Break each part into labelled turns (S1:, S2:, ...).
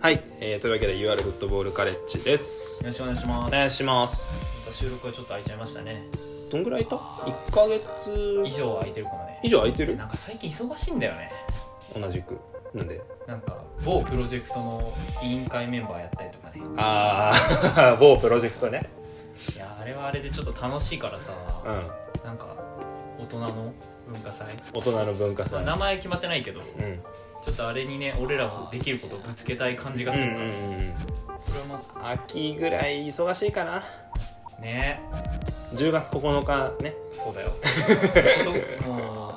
S1: はい、えー、というわけで UR フットボールカレッジです
S2: よろしくお願いしま
S1: お
S2: す。
S1: 願いします
S2: また収録はちょっと空いちゃいましたね。
S1: どんぐらい空いた1ヶ
S2: 以
S1: 月
S2: 上は空いてるかもね
S1: 以。上空いてる
S2: なんか最近忙しいんだよね。
S1: 同じくなんで
S2: なんか某プロジェクトの委員会メンバーやったりとかね。
S1: ああ 某プロジェクトね
S2: いやあれはあれでちょっと楽しいからさ、
S1: うん
S2: なんか大人の文化祭。
S1: 大人の文化
S2: まあ
S1: 祭
S2: 名前決まってないけど、
S1: うん
S2: ちょっとあれにね、俺らもできることをぶつけたい感じが
S1: うんう
S2: する
S1: ん
S2: から、
S1: うんうん
S2: それはま
S1: 秋ぐらい忙しいかな
S2: あね、
S1: 10月9日ね
S2: そうだよ。こともう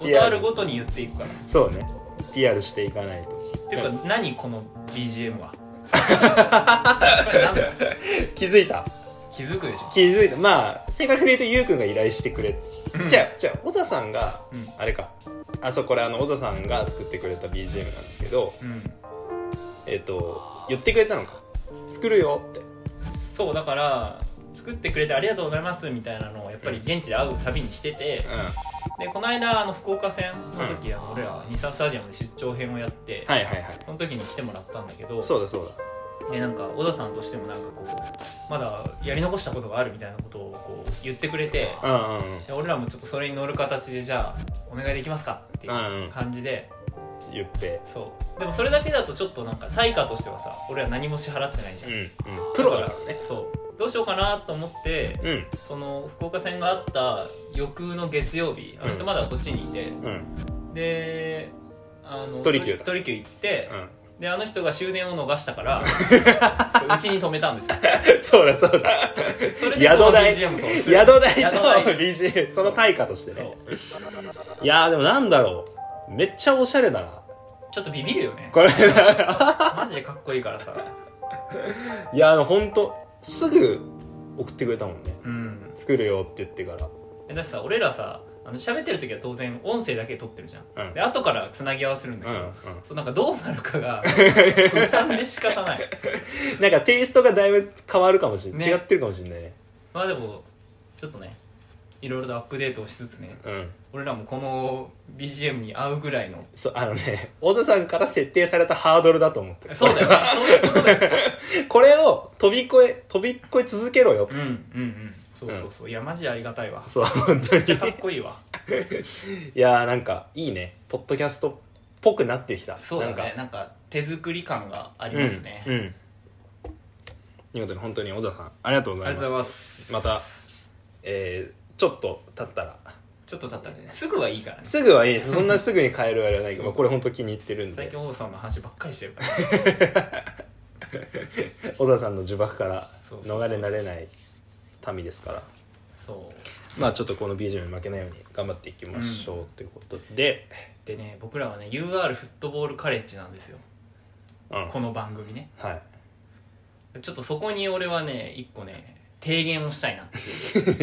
S2: ことあるごとに言っていくから。
S1: そうね PR していかないと
S2: っていう
S1: う
S2: か、何この BGM は。これなんだよ
S1: 気づいた
S2: 気づくでしょ。
S1: 気づいたまあ正確に言うとゆうくんが依頼してくれじゃあじゃあ小田さんが
S2: うん
S1: あれかあそうこれあの小田さんが作ってくれた BGM なんですけど
S2: うん、
S1: えっ、と言ってくれたのか作るよって
S2: そうだから作ってくれてありがとうございますみたいなのをやっぱり現地で会うたびにしてて
S1: うんは
S2: でこの間あの福岡戦の時、あの俺らは日産スタジアムで出張編をやって、
S1: いはいはい
S2: その時に来てもらったんだけど
S1: そうだそうだ
S2: でなんか小田さんとしてもなんかこうまだやり残したことがあるみたいなことをこう言ってくれて
S1: うんうんうん
S2: で俺らもちょっとそれに乗る形でじゃあお願いできますかってい
S1: んう
S2: うんう感じで、
S1: 言って
S2: そうでもそれだけだとちょっとなんか対価としてはさ俺ら何も支払ってないじゃ
S1: うん
S2: ん、
S1: うんプロだからね
S2: そうどうしようかなと思って
S1: うん
S2: その福岡戦があった翌の月曜日あの
S1: う
S2: 人
S1: ん
S2: まだこっちにいて、
S1: うん
S2: であの
S1: トリキューだ
S2: トリキュー行って
S1: う、ん
S2: であの人が終電を逃したか らうちに止めたんですよ
S1: そうだそう だ
S2: それで
S1: 宿
S2: この
S1: 代
S2: BGM そう
S1: 宿代と
S2: 宿代
S1: BGM その対価として
S2: そ
S1: ね
S2: う
S1: いやーでもなんだろうめっちゃおしゃれだな
S2: ちょっとビビるよね
S1: これ
S2: マジでかっこいいからさ
S1: いやあの本当すぐ送ってくれたもんね
S2: うん
S1: 作るよって言ってから
S2: えだしさ俺らさあの喋ってる時は当然音声だけ撮ってるじゃん、
S1: うん
S2: で後からつなぎ合わせるんだ
S1: う
S2: け
S1: ん
S2: ど、
S1: うん
S2: そうなんかどうなる かが不安で仕方ない
S1: なんかテイストがだいぶ変わるかもしれない、
S2: ね
S1: 違ってるかもしれないね
S2: まあでもちょっとねいろいろとアップデートをしつつね
S1: うん
S2: 俺らもこの BGM に合うぐらいの
S1: そうあのね太田さんから設定されたハードルだと思ってる
S2: そ うだよねそういうことだよね
S1: これを飛び越え飛び越え続けろよ
S2: うんうんうんそうそうそういやマジでありがたいわ
S1: そう本当
S2: めっちゃか
S1: に
S2: っこいいわ
S1: いやーなんかいいねポッドキャストっぽくなってきた
S2: そうだねなん
S1: なん
S2: か
S1: か
S2: 手作り感がありますね、
S1: うん、うん、見事に本当に小田さんありがとうご
S2: あ
S1: ざい
S2: りが
S1: ま
S2: とう
S1: す
S2: ございま
S1: ますたえー、ちょっと経ったら
S2: ちょっと経ったねすぐはいいからね
S1: すぐはいいですそんなすぐに変えるあれはないけど、まあ、これ本当気に入ってるん
S2: 最
S1: で
S2: 近王さんの話ばっかりしてるから
S1: 小田さんの呪縛から
S2: そうそうそう
S1: 逃れられない民ですから
S2: そう
S1: まあちょっとこの BGM に負けないように頑張っていきましょうということで、
S2: でね僕らはね UR フットボールカレッジなんですよ
S1: うん
S2: この番組ね
S1: はい
S2: ちょっとそこに俺はね一個ね提言をしたいなって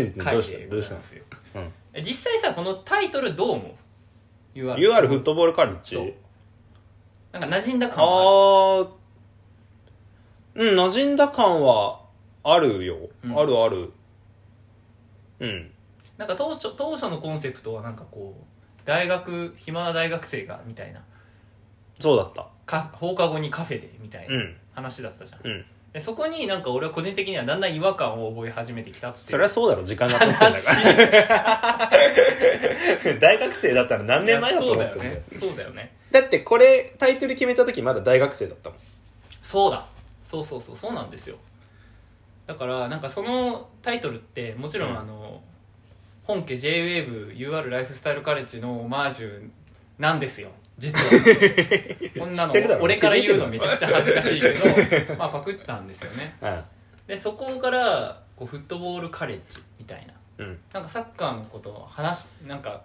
S2: いう
S1: ど
S2: 回
S1: うした
S2: で
S1: ど
S2: ご
S1: う
S2: ざ
S1: し
S2: い
S1: た
S2: ま
S1: の
S2: すよ
S1: うん
S2: え実際さこのタイトルどう思う ?UR
S1: UR フットボールカレッ
S2: そう
S1: ジ
S2: なんか馴染んだ
S1: あ
S2: 感は
S1: ーうん馴染んだ感はあるよ、
S2: うん
S1: あるあるうん
S2: あるなんか当初当初のコンセプトはなんかこう大学暇な大学生がみたいな
S1: そうだった
S2: か放課後にカフェでみたいうなん話だったじゃん、
S1: うん
S2: でそこになんか俺は個人的にはだんだん違和感を覚え始めてきたっていう
S1: そりゃそうだろ時間が経ってんだか
S2: 話
S1: ら 大学生だったら何 年前だと思
S2: そう
S1: って
S2: だ
S1: んだ
S2: よ
S1: よ
S2: ねそうだよね
S1: だってこれタイトル決めた時まだ大学生だったもん
S2: そうだそうそうそうそうなんですよだからなんかそのタイトルってもちろ
S1: うん
S2: んあの、本家 JWAVEUR ライフスタイルカレッジのオマージュなんですよ 実はこんな
S1: 知ってるだろ
S2: の俺から言うの
S1: 気づ
S2: め
S1: い
S2: ちゃくちゃ恥ずかしいけど まあパクったんですよねでそこからこうフットボールカレッジみたいな
S1: うんうん
S2: なんかサッカーのことを話しなんか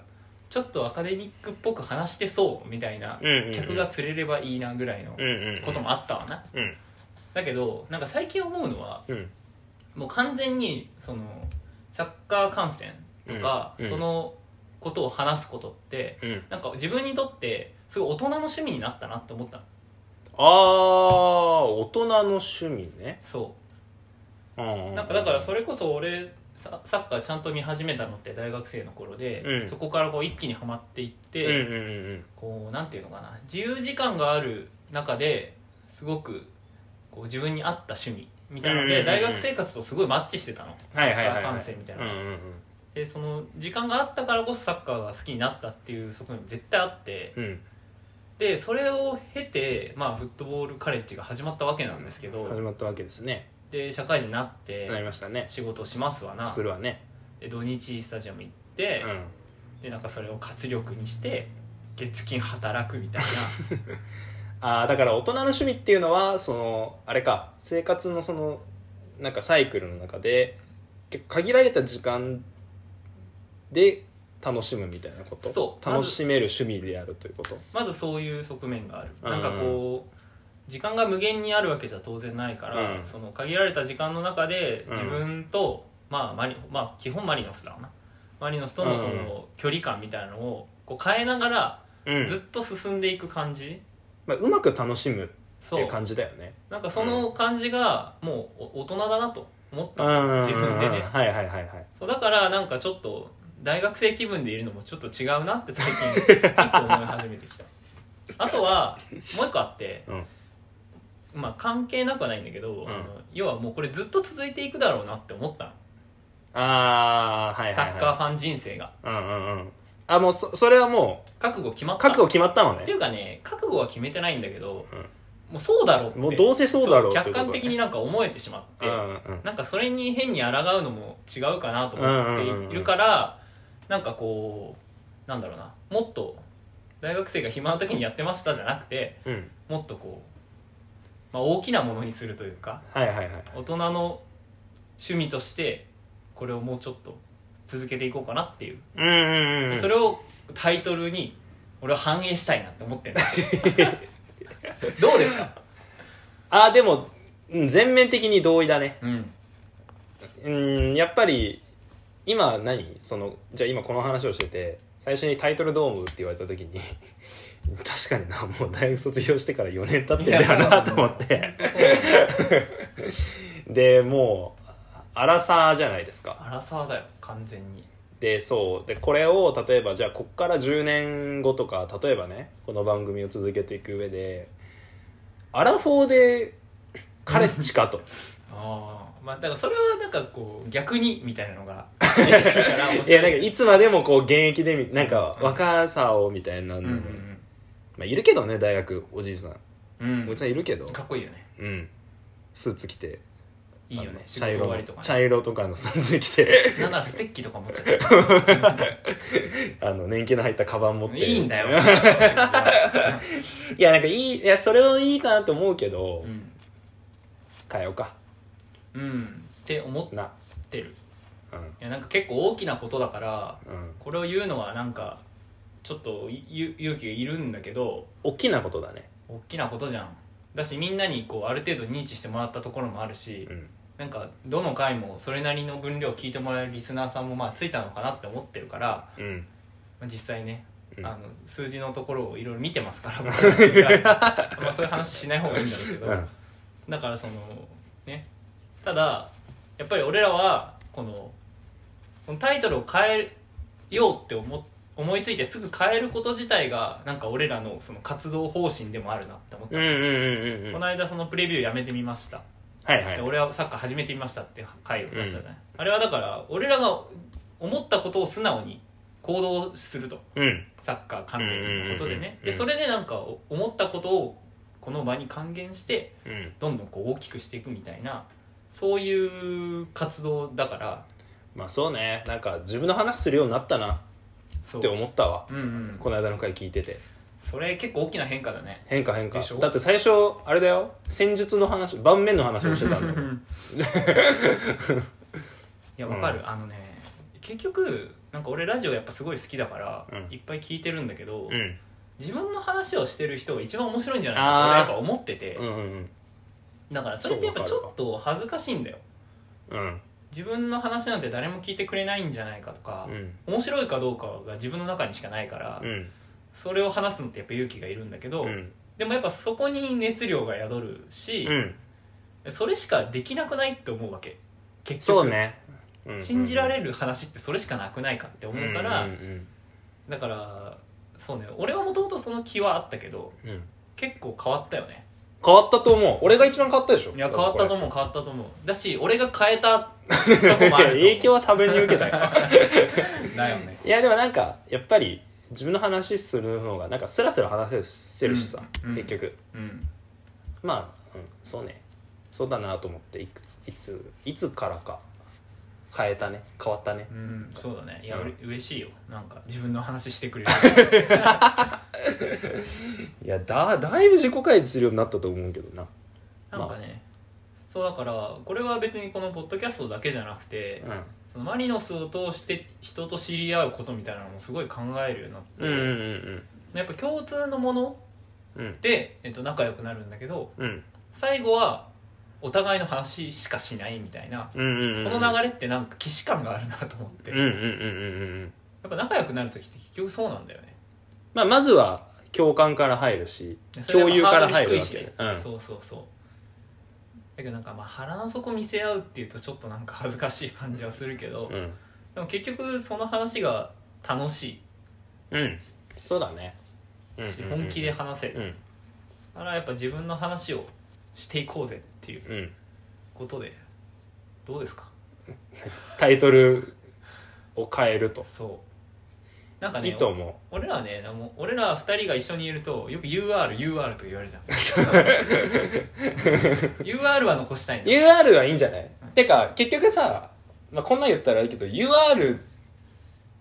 S2: ちょっとアカデミックっぽく話してそうみたいな
S1: うんうんうん
S2: 客が釣れればいいなぐらいの
S1: うんうんうん
S2: こともあったわな
S1: うん
S2: だけどなんか最近思うのは
S1: うん
S2: もう完全にそのサッカー観戦とか、
S1: うんうん
S2: そのことを話すことって
S1: うん
S2: なんか自分にとってすごい大人の趣味になったなって思ったの
S1: ああ大人の趣味ね
S2: そううんなんかだからそれこそ俺ササッカーちゃんと見始めたのって大学生の頃で、
S1: うん
S2: そこからこう一気にはまっていって、
S1: うんうんうん
S2: こうなんていうのかな自由時間がある中ですごくこう自分に合った趣味みたいなの
S1: うんうんうん
S2: で
S1: うん
S2: 大学生活とすごいマッチしてたの
S1: はいはいはい
S2: サッカー
S1: は
S2: 観
S1: い
S2: 戦みたい
S1: うんう
S2: な
S1: ん
S2: でその時間があったからこそサッカーが好きになったっていう側面も絶対あって
S1: うん
S2: でそれを経て、まあ、フットボールカレッジが始まったわけなんですけ
S1: うん始
S2: ど
S1: まったわけですね
S2: で社会人になって
S1: なりましたね
S2: 仕事しますわな
S1: するわね
S2: で土日スタジアム行っ
S1: う
S2: て
S1: ん
S2: でなんかそれを活力にして月金働くみたいな
S1: ああだから大人の趣味っていうのはそのあれか生活のそのなんかサイクルの中で結構限られた時間で楽しむみたいなこと
S2: そう
S1: 楽しめる趣味であるということ
S2: まずそういう側面がある
S1: うん
S2: なんかこう時間が無限にあるわけじゃ当然ないから、
S1: うん
S2: その限られた時間の中で
S1: うん
S2: 自分と、まあマリまあ基本マリノスだわなマリノスとのその距離感みたいなのをこう変えながら
S1: う
S2: ずっと進んでいく感じ、
S1: まあ、うまく楽しむって
S2: そ
S1: いうう感じだよね
S2: なんかその感じがもうお大人だなと思った
S1: うん
S2: 自分でね
S1: うんはいはいはいはい
S2: そうだからなんかちょっと大学生気分でいるのもちょっと違うなって最 近ちょっと思い始めてきたあとはもう一個あって、
S1: うん
S2: まあ関係なくはないんだけど、
S1: ん
S2: あの要はもうこれずっと続いていくだろうなって思ったの、
S1: ああはいはい、はい、
S2: サッカーファン人生が
S1: うんうんうんあもうそそれはも
S2: 覚悟決ま
S1: う
S2: った
S1: 覚悟決まったの
S2: ってい
S1: ね
S2: うかね覚悟は決めてないんだけど、
S1: うん
S2: もうそうだろうって
S1: もうどうせそうだろうって
S2: 客
S1: こと、ね、
S2: 観的になんか思えてしまって、
S1: うんうん
S2: なんかそれに変に抗うのも違うかなと思っているから、なんかこうなんだろうなもっと大学生が暇な時にやってましたじゃなくて
S1: うん
S2: もっとこう、まあ、大きなものにするというか
S1: はいはいはい
S2: 大人の趣味としてこれをもうちょっと続けていこうかなっていう、
S1: うんうんうんうん
S2: それをタイトルに俺は反映したいなって思って るどうですか、
S1: あーでもうん全面的に同意だね
S2: うん、
S1: うんやっぱり今何そのじゃあ今この話をしてて最初にタイトルどう思うって言われた時に 確かになもう大学卒業してから4年経ってんだよなと思ってでもうアラサーじゃないですか
S2: アラサーだよ完全に
S1: でそうでこれを例えばじゃあこっから10年後とか例えばねこの番組を続けていく上でアラフォーでカレッジかと
S2: ああまあだからそれはなんかこう逆にみたいなのが出てくるから面白
S1: いやなんかいつまでもこう現役でみなんか若さをみたいなの
S2: うん
S1: も、
S2: うん
S1: まあ、いるけどね大学おじいさん
S2: うん、
S1: おじさんいるけど
S2: かっこいいよね
S1: うんスーツ着て
S2: いい
S1: あ
S2: よ
S1: の
S2: ね仕
S1: 茶
S2: 事終
S1: 色
S2: わ
S1: の
S2: りとか
S1: 茶
S2: ね
S1: 色とかのスーツ着 て
S2: なんならステッキとか持っちゃっ
S1: あの年季の入ったカバン持ってて
S2: いいんだよ
S1: いやなんかいいいやそれはいいかなと思うけど、
S2: うん、
S1: 変えようか
S2: うん、って思っ
S1: な
S2: てる
S1: うん
S2: いやなんか結構大きなことだから
S1: うん
S2: これを言うのはなんかちょっとゆ勇気がいるんだけど
S1: 大きなことだね
S2: 大きなことじゃんだしみんなにこうある程度認知してもらったところもあるし、
S1: うん
S2: なんかどの回もそれなりの分量を聞いてもらえるリスナーさんもまあついたのかなって思ってるから、
S1: うん
S2: まあ、実際ね、
S1: うん
S2: あの数字のところをいろいろ見てます から僕たちがまあそういう話しない方がいいんだろうけど、
S1: うん
S2: だからそのねただやっぱり俺らはこのこのタイトルを変えようって思思いついてすぐ変えること自体がなんか俺らのその活動方針でもあるなって思って、
S1: うんうんうんうん
S2: この間そのプレビューやめてみました
S1: はいはい
S2: で俺はサッカー始めてみましたって回を出したじゃない、あれはだから俺らが思ったことを素直に行動すると
S1: うん
S2: サッカー関連のことでね
S1: うんうんうんうん
S2: でそれでなんかお思ったことをこの場に還元して
S1: うん
S2: どんどんこう大きくしていくみたいなそういう活動だから
S1: まあそうねなんか自分の話するようになったな
S2: そう
S1: って思ったわ
S2: うんうん
S1: この間の回聞いてて
S2: それ結構大きな変化だね
S1: 変化変化
S2: でしょ
S1: だって最初あれだよ戦術の話盤面の話をしてたんだもん
S2: いやわかる、あのね結局なんか俺ラジオやっぱすごい好きだから、
S1: うん
S2: いっぱい聞いてるんだけど、
S1: うん
S2: 自分の話をしてる人が一番面白いんじゃないかと俺はやっぱ思ってて、
S1: うんうん
S2: だからそれってやっぱちょっと恥ずかしいんだよ
S1: うん
S2: 自分の話なんて誰も聞いてくれないんじゃないかとか、
S1: うん
S2: 面白いかどうかが自分の中にしかないから、
S1: うん
S2: それを話すのってやっぱ勇気がいるんだけど、
S1: うん
S2: でもやっぱそこに熱量が宿るし
S1: う、ん
S2: それしかできなくないって思うわけ結
S1: そ
S2: 局
S1: うねうんうん
S2: 信じられる話ってそれしかなくないかって思うから、
S1: うんうん
S2: だからそうね俺はもともとその気はあったけど
S1: うんうん
S2: 結構変わったよね
S1: 変わったと思う俺が一番変わったでしょ
S2: いや変わったと
S1: う
S2: 思う変わったと思うだし俺が変えたとこもあると思う
S1: 影響は多分に受けたよ
S2: だよね
S1: いやでもなんかやっぱり自分の話する方がなんかスラスラ話せるしさ、
S2: うんうん
S1: 結局
S2: うん
S1: まあ、うん、そうねそうだなと思っていくついついつからか変えたね変わったね
S2: うんそうだねいや、
S1: うん
S2: うれ嬉しいよなんか自分の話し てくれる
S1: いやだだいぶ自己開示するようになったと思うけどな
S2: なんかねそうだからこれは別にこのポッドキャストだけじゃなくて、
S1: う
S2: そのマリノスを通して人と知り合うことみたいなのもすごい考えるようになって、
S1: んうんうん
S2: やっぱ共通のもの
S1: うんうん
S2: で、えっと、仲良くなるんだけど
S1: うん
S2: 最後はお互いの話しかしないみたいな、
S1: うんうんうん
S2: この流れってなんか既視感があるなと思って、
S1: うん
S2: や
S1: うんうんうんうんうん
S2: っぱ仲良くなる時って結局そうなんだよね
S1: まあまずは共感から入るし 共有から入るわけね、
S2: う、
S1: うんん、
S2: そうそうそうだけどなんかまあ腹の底見せ合うっていうとちょっとなんか恥ずかしい感じはするけど、
S1: うん、
S2: でも結局その話が楽し
S1: うん、そうだね、うん
S2: いし本気で話せる、
S1: うん
S2: だからやっぱ自分の話をしていこうぜっていう
S1: うん
S2: ことでどうですか
S1: タイトルを変えると
S2: そうなんか
S1: い
S2: ね
S1: いと思
S2: 俺らはねなんも俺ら二人が一緒にいるとよく URUR と言われるじゃん UR は残したいん
S1: う
S2: だ
S1: UR はいいんじゃないてか結局さ、まあ、こんなん言ったらいいけど UR っ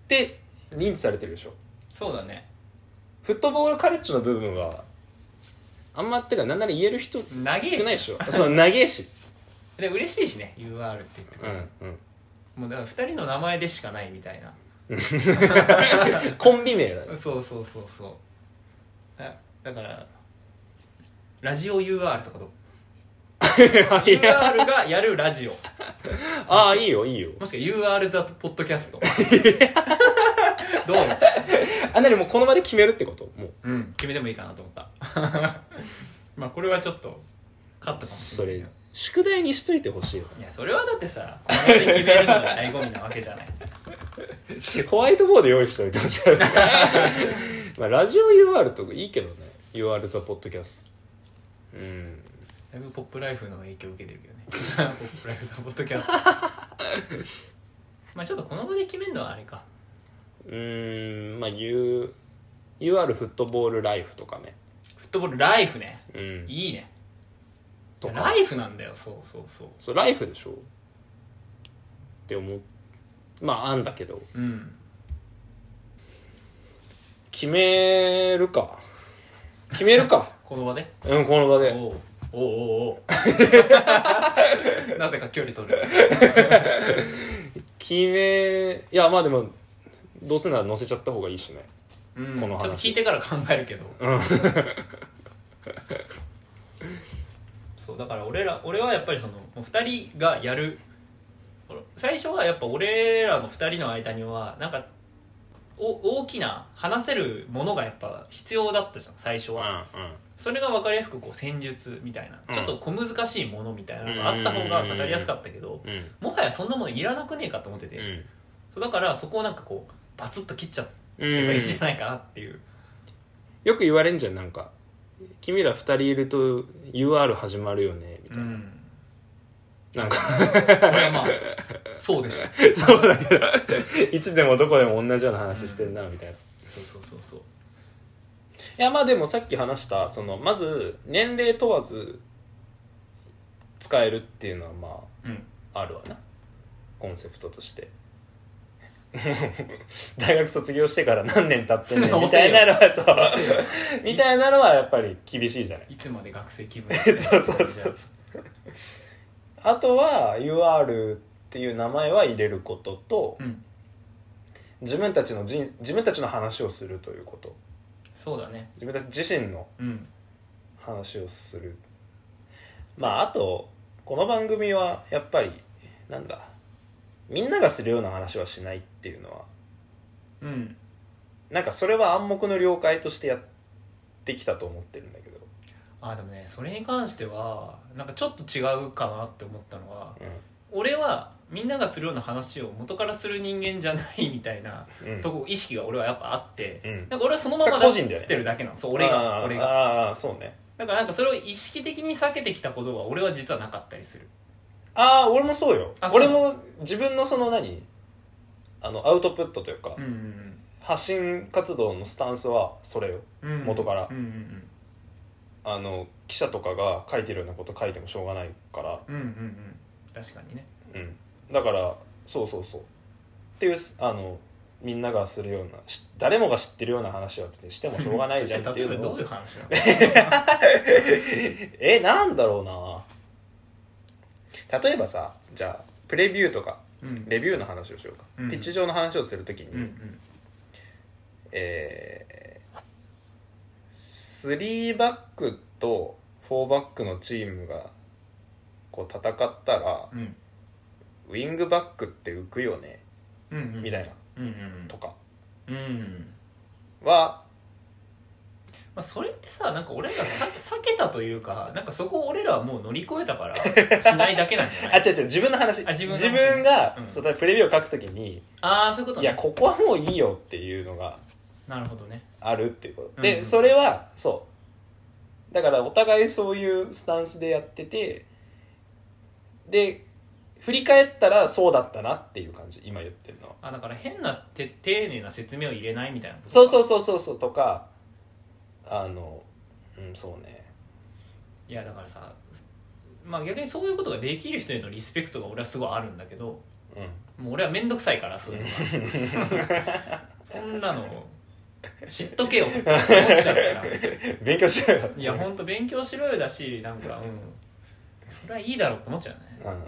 S1: て認知されてるでしょ
S2: そうだね
S1: フットボールカレッジの部分はあんまってかなんなら言える人少な
S2: 長え
S1: い
S2: し
S1: でしょそう長えし
S2: で嬉しいしね UR って言ってくれる
S1: うんうん
S2: もうだから2人の名前でしかないみたいな
S1: コンビ名 だね
S2: そうそうそうそうだだからラジオ UR とかどう UR がやるラジオ
S1: ああいいよいいよ
S2: もしくは UR ザポッドキャス トどう
S1: あなにもうこの場で決めるってこともう
S2: うん決めてもいいかなと思った まあこれはちょっと勝ったかもし
S1: そ
S2: れない
S1: れ宿題にしといてほしいよ
S2: いやそれはだってさこの場で決めるのが醍醐味なわけじゃない
S1: ホワイトボード用意しておいてほしいまあラジオ UR とかいいけどね UR ザポッドキャストうん
S2: だいぶポップライフの影響を受けてるけどねポップライフザポッドキャスト まあちょっとこの場で決めるのはあれか
S1: うーんまあ U UR フットボールライフとかね
S2: フットボールライフね
S1: うん
S2: いいね
S1: とか
S2: ライフなんだよそうそうそう
S1: そうライフでしょって思うまああんだけど
S2: うん
S1: 決めるか決める か
S2: この場で
S1: うんこの場
S2: お
S1: で
S2: うおうおうおうなぜか距離取る
S1: 決めいやまあでもどうせなら載せちゃった方がいいしね
S2: うん
S1: この話
S2: ちょっと聞いてから考えるけど
S1: うん
S2: そうだから俺ら俺はやっぱりそのもう2人がやるほら最初はやっぱ俺らの2人の間にはなんかお大きな話せるものがやっぱ必要だったじゃん最初
S1: う
S2: は
S1: ん
S2: それが分かりやすくこう戦術みたいな、
S1: うん
S2: ちょっと小難しいものみたいなのがあった方が語りやすかったけど
S1: うん
S2: もはやそんなものいらなくねえかと思ってて、
S1: うん
S2: そうだからそこをなんかこうバツッと切っちゃって
S1: うん
S2: もいいんじゃないかなっていう、
S1: よく言われんじゃんなんか「君ら二人いると UR 始まるよね」みたい
S2: うん、
S1: ななんか
S2: これはまあそうでしょ
S1: そうだけど いつでもどこでも同じような話してんなみたいな、い
S2: そうそうそうそう
S1: やまあでもさっき話したそのまず年齢問わず使えるっていうのはま
S2: うん
S1: ああるわなコンセプトとして 大学卒業してから何年経って んねんみたいなのはそう みたいなのはやっぱり厳しいじゃない
S2: いつまで学生気分
S1: そうそうそうそうあとは UR っていう名前は入れることと、
S2: うん
S1: 自分たちの人自分たちの話をするということ
S2: そうだね
S1: 自分たち自身の
S2: うん
S1: 話をするまああとこの番組はやっぱりなんだみんながするような話はしないっていうのは
S2: うん
S1: なんかそれは暗黙の了解としてやってきたと思ってるんだけど、
S2: あでもねそれに関してはなんかちょっと違うかなって思ったのは
S1: う
S2: 俺はみんながするような話を元からする人間じゃないみたいなん
S1: うん、
S2: とこ意識が俺はやっぱあって、
S1: うん
S2: なんか俺はそのまま
S1: それ個人だよね
S2: 出してるだけなのそう俺が
S1: あー
S2: 俺が
S1: あーそうね
S2: だからなんかそれを意識的に避けてきたことは俺は実はなかったりする
S1: ああ俺もそうよ
S2: あそう
S1: 俺も自分のその何あのアウトプットというか、
S2: うんうん
S1: 発信活動のスタンスはそれよ
S2: うんうん
S1: 元から
S2: うんうん
S1: あの記者とかが書いてるようなこと書いてもしょうがないから、
S2: うんうんうんうん確かにね
S1: うん、だからそうそうそうっていうすあのみんながするようなし誰もが知ってるような話は別にしてもしょうがないじゃんっていう
S2: 例え
S1: の
S2: ば
S1: を
S2: どういう話なの
S1: えなんだろうな例えばさじゃあプレビューとか
S2: うん
S1: レビューの話をしようか、
S2: うん
S1: ピッチ上の話をするときに、
S2: うんうん
S1: えー、3バックと4バックのチームがこう戦ったら、
S2: うん
S1: ウィングバックって浮くよね
S2: うんうん
S1: みたいな
S2: うんうん
S1: とか
S2: うんうん
S1: は
S2: まあそれってさなんか俺らがさ避けたというかなんかそこを俺らはもう乗り越えたからしないだけなんじゃな
S1: あ
S2: い
S1: 違う違う自分の話
S2: あ自分の話
S1: が、
S2: うん
S1: そうだからプレビューを書くときに、
S2: ああそういうこと
S1: いや
S2: ね
S1: ここはもういいよっていうのが
S2: なるほどね
S1: あるっていうこと、
S2: うんう
S1: で
S2: ん
S1: それはそうだからお互いそういうスタンスでやっててで振り返ったらそうだったなっていう感じ今言ってるのは
S2: あだから変なて丁寧な説明を入れないみたいなこと
S1: そうそうそうそうそうとかあのうんそうね
S2: いやだからさまあ逆にそういうことができる人へのリスペクトが俺はすごいあるんだけど
S1: う
S2: もう俺は面倒くさいからそういうの がこんなの知っとけよって思っちゃうから
S1: ん勉強しろよ
S2: いやほんと勉強しろよだしなんかうんそれはいいだろうって思っちゃうね
S1: うんうんうん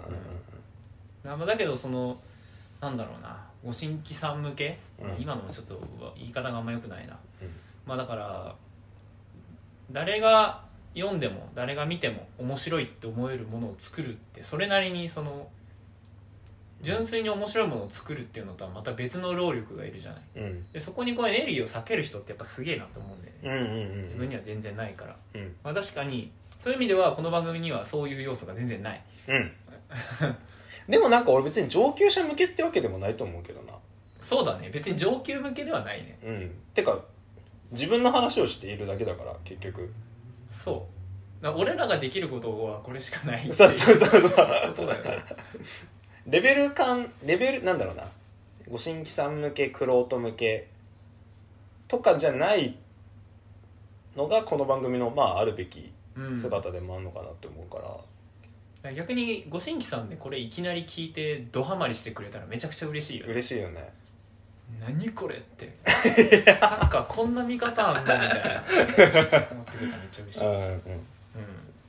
S2: なまあだけどそのなんだろうなご新規さん向け、
S1: うん
S2: 今のもちょっと言い方があんまよくないな、
S1: うん
S2: まあだから誰が読んでも誰が見ても面白いって思えるものを作るってそれなりにその純粋に面白いものを作るっていうのとはまた別の労力がいるじゃない
S1: うん
S2: でそこにこうエネルギーを避ける人ってやっぱすげえなと思うんだよ
S1: う
S2: ね
S1: んうん
S2: 自
S1: うんう
S2: 分
S1: ん
S2: には全然ないから、
S1: うん
S2: まあ、確かにそういう意味ではこの番組にはそういう要素が全然ない
S1: うんでもなんか俺別に上級者向けってわけでもないと思うけどな
S2: そうだね別に上級向けではないね
S1: うんてか自分の話をしているだけだから結局
S2: そうだから俺らができることはこれしかないってい
S1: そうそうそうそう
S2: ことだよね
S1: レベル感レベルなんだろうなご新規さん向けクロート向けとかじゃないのがこの番組のまああるべき
S2: うんだか
S1: 姿でもあるのかなって思うから、
S2: ら逆にご新規さんでこれいきなり聞いてドハマりしてくれたらめちゃくちゃ嬉しいよね
S1: 嬉しいよね
S2: 何これって サッカーこんな見方あんだみたいな思ってくれたらめっちゃ嬉しい、
S1: う、
S2: うんん、
S1: うん、っ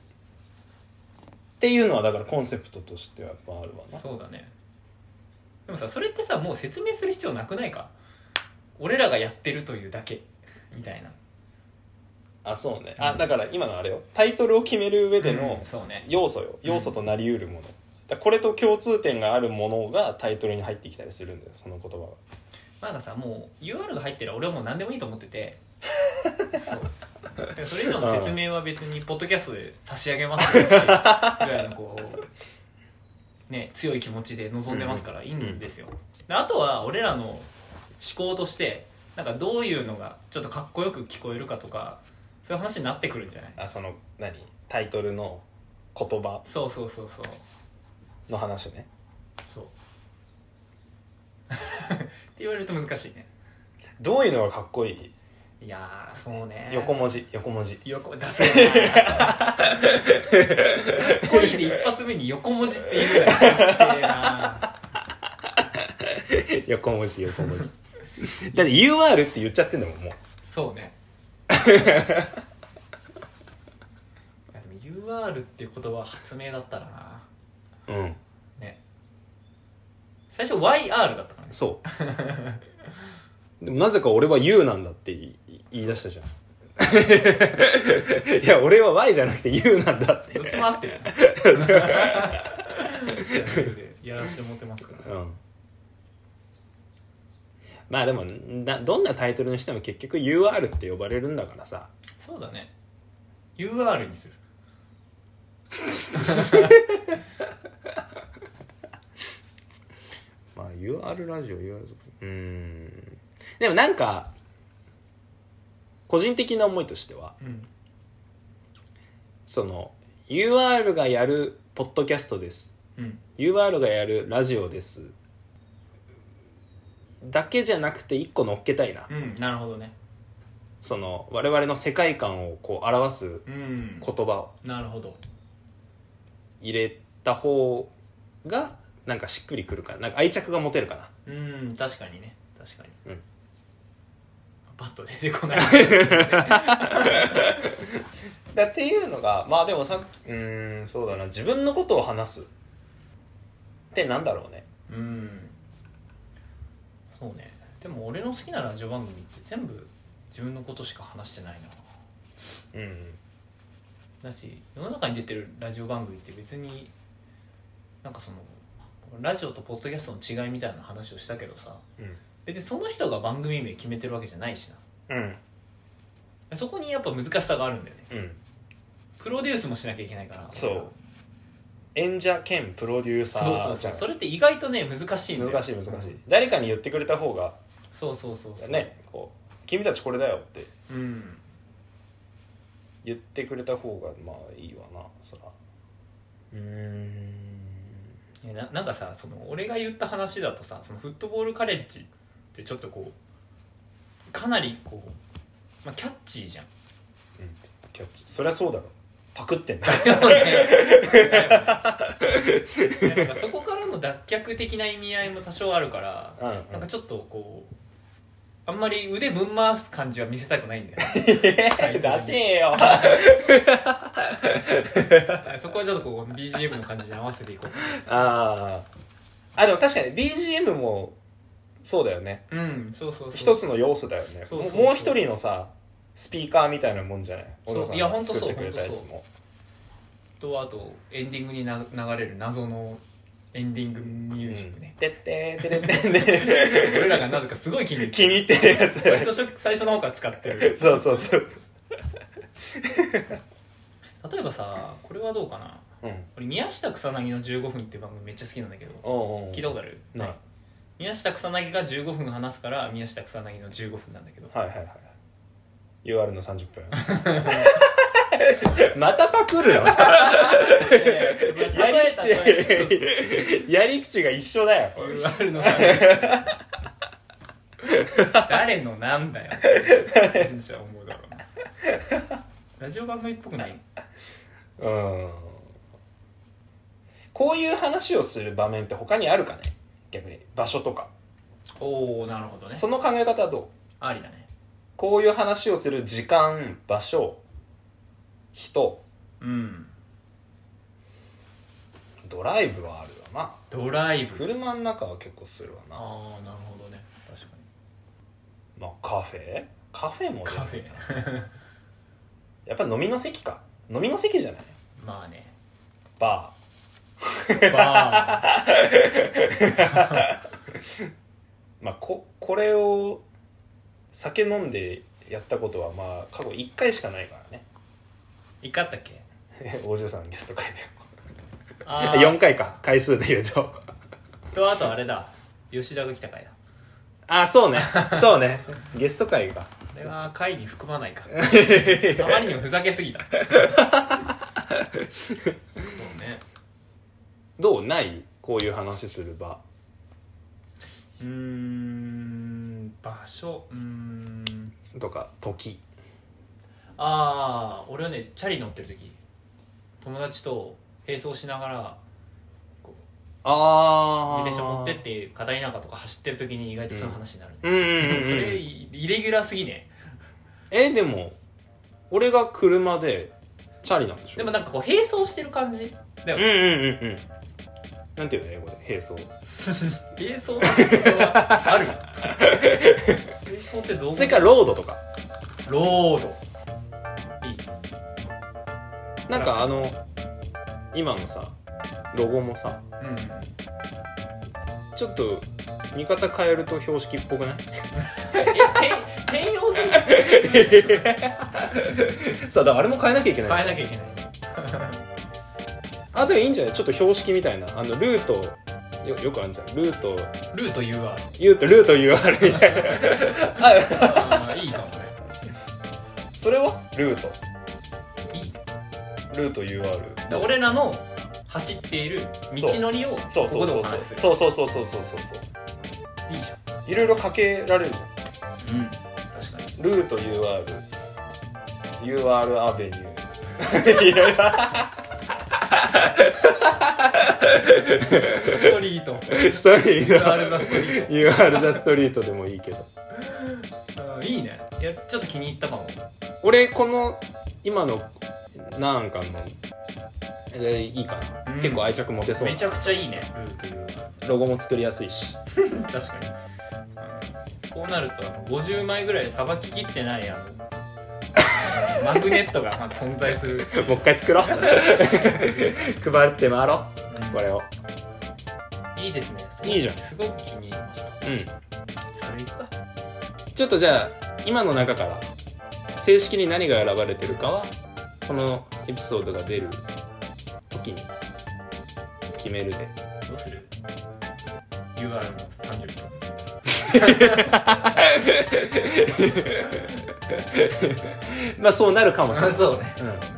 S1: ていうのはだからコンセプトとしてはやっぱあるわな
S2: そうだねでもさそれってさもう説明する必要なくないか俺らがやってるというだけみたいな
S1: あそうねあだから今のあれよタイトルを決める上で
S2: う
S1: の
S2: んそうね
S1: 要素よ要素となりうるもの、だからこれと共通点があるものがタイトルに入ってきたりするんだよその言葉が
S2: まださもう UR が入ってる俺はもう何でもいいと思っててそうそれ以上の説明は別にポッドキャストで差し上げますよっていうぐらいのこうね強い気持ちで臨んでますからいいんですよ、であとは俺らの思考としてなんかどういうのがちょっとかっこよく聞こえるかとかそういう話になってくるんじゃない
S1: あその何タイトルの言葉
S2: そうそうそうそう
S1: の話ね
S2: そう って言われると難しいね
S1: どういうのがかっこいい
S2: いやーそうね
S1: 横文字横文字
S2: 横出せよなかっこいいで一発目に横文字って言うぐらいダセえな
S1: 横文字横文字 だって UR って言っちゃってんだもんもう
S2: そうね でも UR っていう言葉は発明だったらな
S1: うん
S2: ね最初 YR だったからね
S1: そう でもなぜか俺は U なんだって言い言い出したじゃん いや俺は Y じゃなくて U なんだって
S2: どっちも合ってるよねやらしてもってますから
S1: うんまあでもなどんなタイトルにしても結局 UR って呼ばれるんだからさ
S2: そうだね UR にする
S1: まあ UR ラジオ UR うーんでもなんか個人的な思いとしては
S2: うん
S1: その UR がやるポッドキャストです
S2: うん、
S1: UR がやるラジオですだけじゃなくて一個乗っけたいな
S2: うん、なるほどね
S1: その我々の世界観をこう表す
S2: う
S1: 言
S2: ん
S1: 葉を
S2: なるほど
S1: 入れた方がなんかしっくりくるかななんか愛着が持てるかな
S2: うん確かにね確かに、
S1: うん
S2: パッと出てこ ない
S1: だっていうのがまあでもさうーんそうだな自分のことを話すってなんだろうね
S2: うんそうねでも俺の好きなラジオ番組って全部自分のことしか話してないな
S1: うん
S2: だし世の中に出てるラジオ番組って別になんかそのラジオとポッドキャストの違いみたいな話をしたけどさ
S1: うん
S2: 別にその人が番組名決めてるわけじゃないし
S1: うん
S2: なそこにやっぱ難しさがあるんだよね
S1: うん
S2: プロデュースもしなきゃいけないから
S1: そう演者兼プロデューサ
S2: そうそ
S1: ー
S2: う
S1: じ
S2: そ
S1: ゃ
S2: うんそれって意外とね難しいんだよ
S1: 難しい難しい誰かに言ってくれた方が
S2: そうそうそうそう
S1: ねこう君たちこれだよって
S2: うん
S1: 言ってくれた方がまあいいわなそらうーん
S2: ねななんかさその俺が言った話だとさそのフットボールカレッジってちょっとこうかなりこう、まあ、キャッチーじゃん
S1: キャッチそりゃそうだろパクってん だ
S2: なんかそこからの脱却的な意味合いも多少あるから
S1: うん、うん
S2: なんかちょっとこうあんまり腕ぶん回す感じは見せたくないんだよね
S1: 出せえよ
S2: そこはちょっとこう BGM の感じに合わせていこ
S1: あーあでも確かに BGM もそうだよね
S2: ううんそうそうそう
S1: 一つの要素だよね
S2: そうそうそう
S1: ももう一人のさスピーカーみたいなもんじゃない
S2: そ
S1: 小
S2: う
S1: 田さん
S2: いやほ
S1: が
S2: んと
S1: 作
S2: そう
S1: ってくれたやつも
S2: とあとエンディングにな流れる謎のエンディングミュージックね、
S1: てっててれってんで
S2: 俺らがなぜかすごい気に入って
S1: 気に入ってるや つ
S2: 割と初最初の方から使ってる
S1: そうそうそう
S2: 例えばさこれはどうかな
S1: うん
S2: 俺宮下草薙の15分っていう番組めっちゃ好きなんだけど
S1: おうおう
S2: 聞いたことある
S1: ない
S2: 宮下草薙が15分話すから宮下草薙の15分なんだけど
S1: はいはいはい UR の30分 またパクるよやり口やり口が 一緒だよ
S2: UR のさ誰のなん だよ人生は思うだろうなラジオ番組っぽくない
S1: うんこういう話をする場面って他にあるかね逆に場所とか
S2: おおなるほどね
S1: その考え方はどう
S2: ありだね
S1: こういう話をする時間場所人
S2: うん
S1: ドライブはあるわな
S2: ドライブ
S1: 車の中は結構するわな
S2: ああなるほどね確かに
S1: まあカフェカフェも
S2: カフェ
S1: やっぱ飲みの席か飲みの席じゃない
S2: まあね
S1: バ
S2: バ
S1: ーまあここれを酒飲んでやったことはまあ過去1回しかないからね
S2: ーいかったっけ
S1: お嬢さんゲスト会で
S2: あー
S1: 4回か回数で言うと
S2: とあとあれだ吉田が来た回だ
S1: ああそうねそうねゲスト会が
S2: これは回に含まないか あまりにもふざけすぎ たそうね
S1: どうないこういう話する場
S2: うーん場所うーん
S1: とか時
S2: ああ俺はねチャリ乗ってる時友達と並走しながら
S1: ああ
S2: 自転車持ってって片田舎とか走ってる時に意外とその話になる、
S1: うんうんうん、うん、
S2: それイレギュラーすぎね
S1: えでも俺が車でチャリなんでしょ
S2: でもなんかこう並走してる感じだよ
S1: うんう
S2: ね
S1: んうんうんなんていうの英語で並走
S2: 並走ってことはある並走って造語
S1: それからロードとか
S2: ロードいい
S1: なんかあの今のさロゴもさ
S2: うん
S1: ちょっと見方変えると標識っぽくない
S2: え転転用する
S1: さあだからあれも変えなきゃいけない
S2: 変えなきゃいけない
S1: あでもいいんじゃないちょっと標識みたいなあのルートよよくあるじゃんルート
S2: ルート UR
S1: 言うとルート UR みたいなあ
S2: あーいいかもね
S1: それはルート
S2: いい
S1: ルート UR
S2: ら俺らの走っている道のりをこ
S1: そうそ
S2: こ
S1: う
S2: で
S1: そ
S2: お
S1: う
S2: 話しする
S1: そうそうそうそうそうそうそう
S2: いいじゃ
S1: いろいろかけられるじゃ
S2: んうん確かに
S1: んルート URUR アベニュー いろいろ
S2: ストリート
S1: ストリー
S2: ガール
S1: ト
S2: ズストリー
S1: UR ザストリートでもいいけど
S2: トうんいいねいやちょっと気に入ったかも
S1: 俺この今のなんかのえいいかな、
S2: うん
S1: 結構愛着持てそうな
S2: めちゃくちゃいいね
S1: ルート UR ロゴも作りやすいし
S2: 確かにこうなるとあの50枚ぐらいさばききってな いあのマグネットがまあ存在する
S1: もう一回作ろう配って回ろう これを
S2: いいですねすごく
S1: いいじゃん
S2: すごく気に入りました
S1: うん
S2: それいくか
S1: ちょっとじゃあ今の中から正式に何が選ばれてるかはこのエピソードが出る時に決める で
S2: どうする ?UR の30分
S1: まあそうなるかもしれない、
S2: そうね
S1: うん